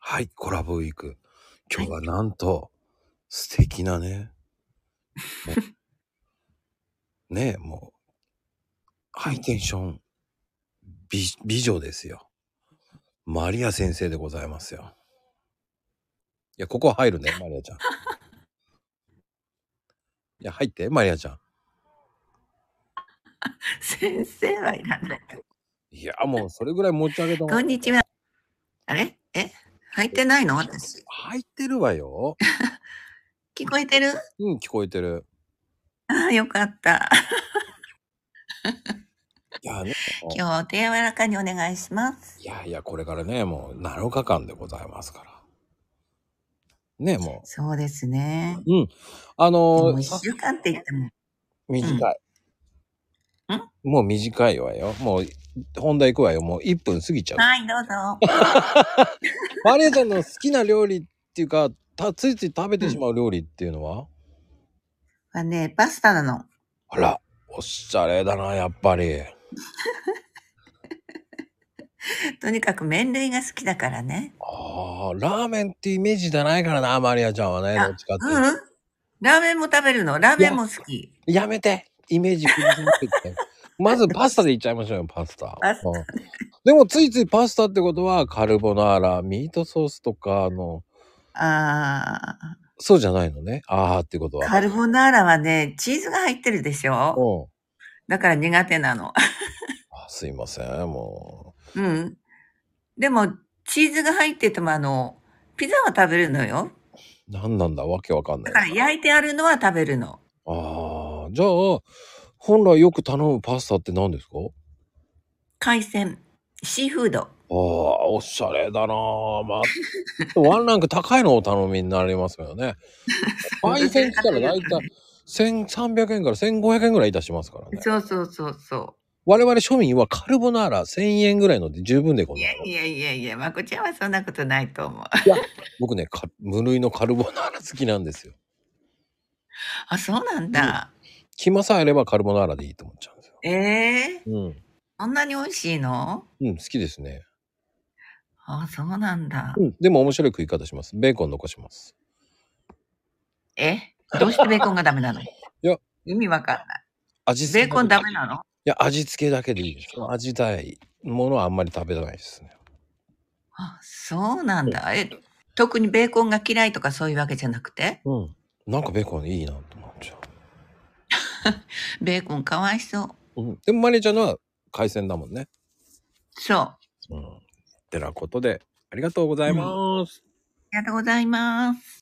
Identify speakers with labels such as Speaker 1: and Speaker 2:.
Speaker 1: はい、コラボウィーク。今日
Speaker 2: は
Speaker 1: はなんと、素敵なね。も うねえ、もう、ハイテンション、美、美女ですよ。マリア先生でございますよ。いや、ここ入る ね、マリアちゃん。いや、入って、マリアちゃん。
Speaker 2: 先生はいらない。
Speaker 1: いや、もうそれぐらい持ち上げた
Speaker 2: こ
Speaker 1: もん
Speaker 2: んにちは。あれえ入ってないの私。
Speaker 1: 入ってるわよ。
Speaker 2: 聞こえてる
Speaker 1: うん、聞こえてる。
Speaker 2: ああ、よかった。
Speaker 1: いやね。
Speaker 2: 今日お手柔らかにお願いします。
Speaker 1: いやいや、これからね、もう7日間でございますから。ね、も
Speaker 2: そうですね。
Speaker 1: う。うん。あ
Speaker 2: で
Speaker 1: の
Speaker 2: も
Speaker 1: ー
Speaker 2: 一週間って言っても。
Speaker 1: 短い、
Speaker 2: うん
Speaker 1: もう短いわよ。もう、本題行くわよ。もう1分過ぎちゃう。
Speaker 2: はい、どうぞ。
Speaker 1: マリアちゃんの好きな料理っていうか、たついつい食べてしまう料理っていうのは、
Speaker 2: はね、パスタなの。
Speaker 1: あら、おしゃれだな、やっぱり。
Speaker 2: とにかく麺類が好きだからね。
Speaker 1: ああ、ラーメンってイメージじゃないからな、マリアちゃんはね。
Speaker 2: あ
Speaker 1: どっちかって
Speaker 2: う
Speaker 1: いう
Speaker 2: う
Speaker 1: と。
Speaker 2: ん。ラーメンも食べるの。ラーメンも好き。
Speaker 1: やめてイメージ崩しまくって。まずパスタでいっちゃいましょうよ、パスタ。
Speaker 2: パスタ
Speaker 1: うんでもついついパスタってことは、カルボナーラ、ミートソースとかあの、
Speaker 2: ああ。
Speaker 1: そうじゃないのね。あーってことは。
Speaker 2: カルボナーラはね、チーズが入ってるでし
Speaker 1: う
Speaker 2: ょ
Speaker 1: ん。
Speaker 2: だから苦手なの。
Speaker 1: あすいません、も
Speaker 2: うん。でも、チーズが入ってても、あの、ピザは食べるのよ。
Speaker 1: う。何なんだ、わけわかんな
Speaker 2: だ
Speaker 1: い
Speaker 2: から。焼いてあるのは食べるの。
Speaker 1: ああ、じゃあ、本来よく頼むパスタって何ですか
Speaker 2: 海鮮、シーフード。
Speaker 1: ああ、おしゃれだなあまあ、ワンランク高いのをお頼みになりますよ ね。焙煎したら大体1300円から1500円ぐらいいたしますからね。
Speaker 2: そうそうそうそ
Speaker 1: 我々庶民はカルボナーラ1000円ぐらいので十分でご
Speaker 2: う。
Speaker 1: ざ
Speaker 2: い
Speaker 1: い
Speaker 2: や
Speaker 1: ます。
Speaker 2: いやいやいや、まこちゃんはそんなことないと思う。
Speaker 1: 僕ね、か無類のカルボナーラ好きなんですよ。
Speaker 2: あ、そうなんだ。
Speaker 1: 暇さえあればカルボナーラでいいと思っちゃうんですよ。
Speaker 2: ええ
Speaker 1: うん。
Speaker 2: そんなに美味しいの
Speaker 1: うん、好きですね。
Speaker 2: あ、そうなんだ。
Speaker 1: うん。でも面白い食い方します。ベーコン残します。
Speaker 2: えどうしてベーコンがダメなのい
Speaker 1: や。
Speaker 2: 意味わかんない。
Speaker 1: 味付
Speaker 2: ベ
Speaker 1: け。
Speaker 2: ーコンダメなの
Speaker 1: いや、味付けだけでいいです。味たいものはあんまり食べないですね。
Speaker 2: あ、そうなんだ。え、特にベーコンが嫌いとかそういうわけじゃなくて
Speaker 1: うん。なんかベーコンいいなと思っちゃ
Speaker 2: ベーコンかわいそう。
Speaker 1: う。うん。でもマリーちゃんのは海鮮だもんね。
Speaker 2: そう。あ
Speaker 1: うん。てなことで、ありがとうございます。
Speaker 2: りがとうございます。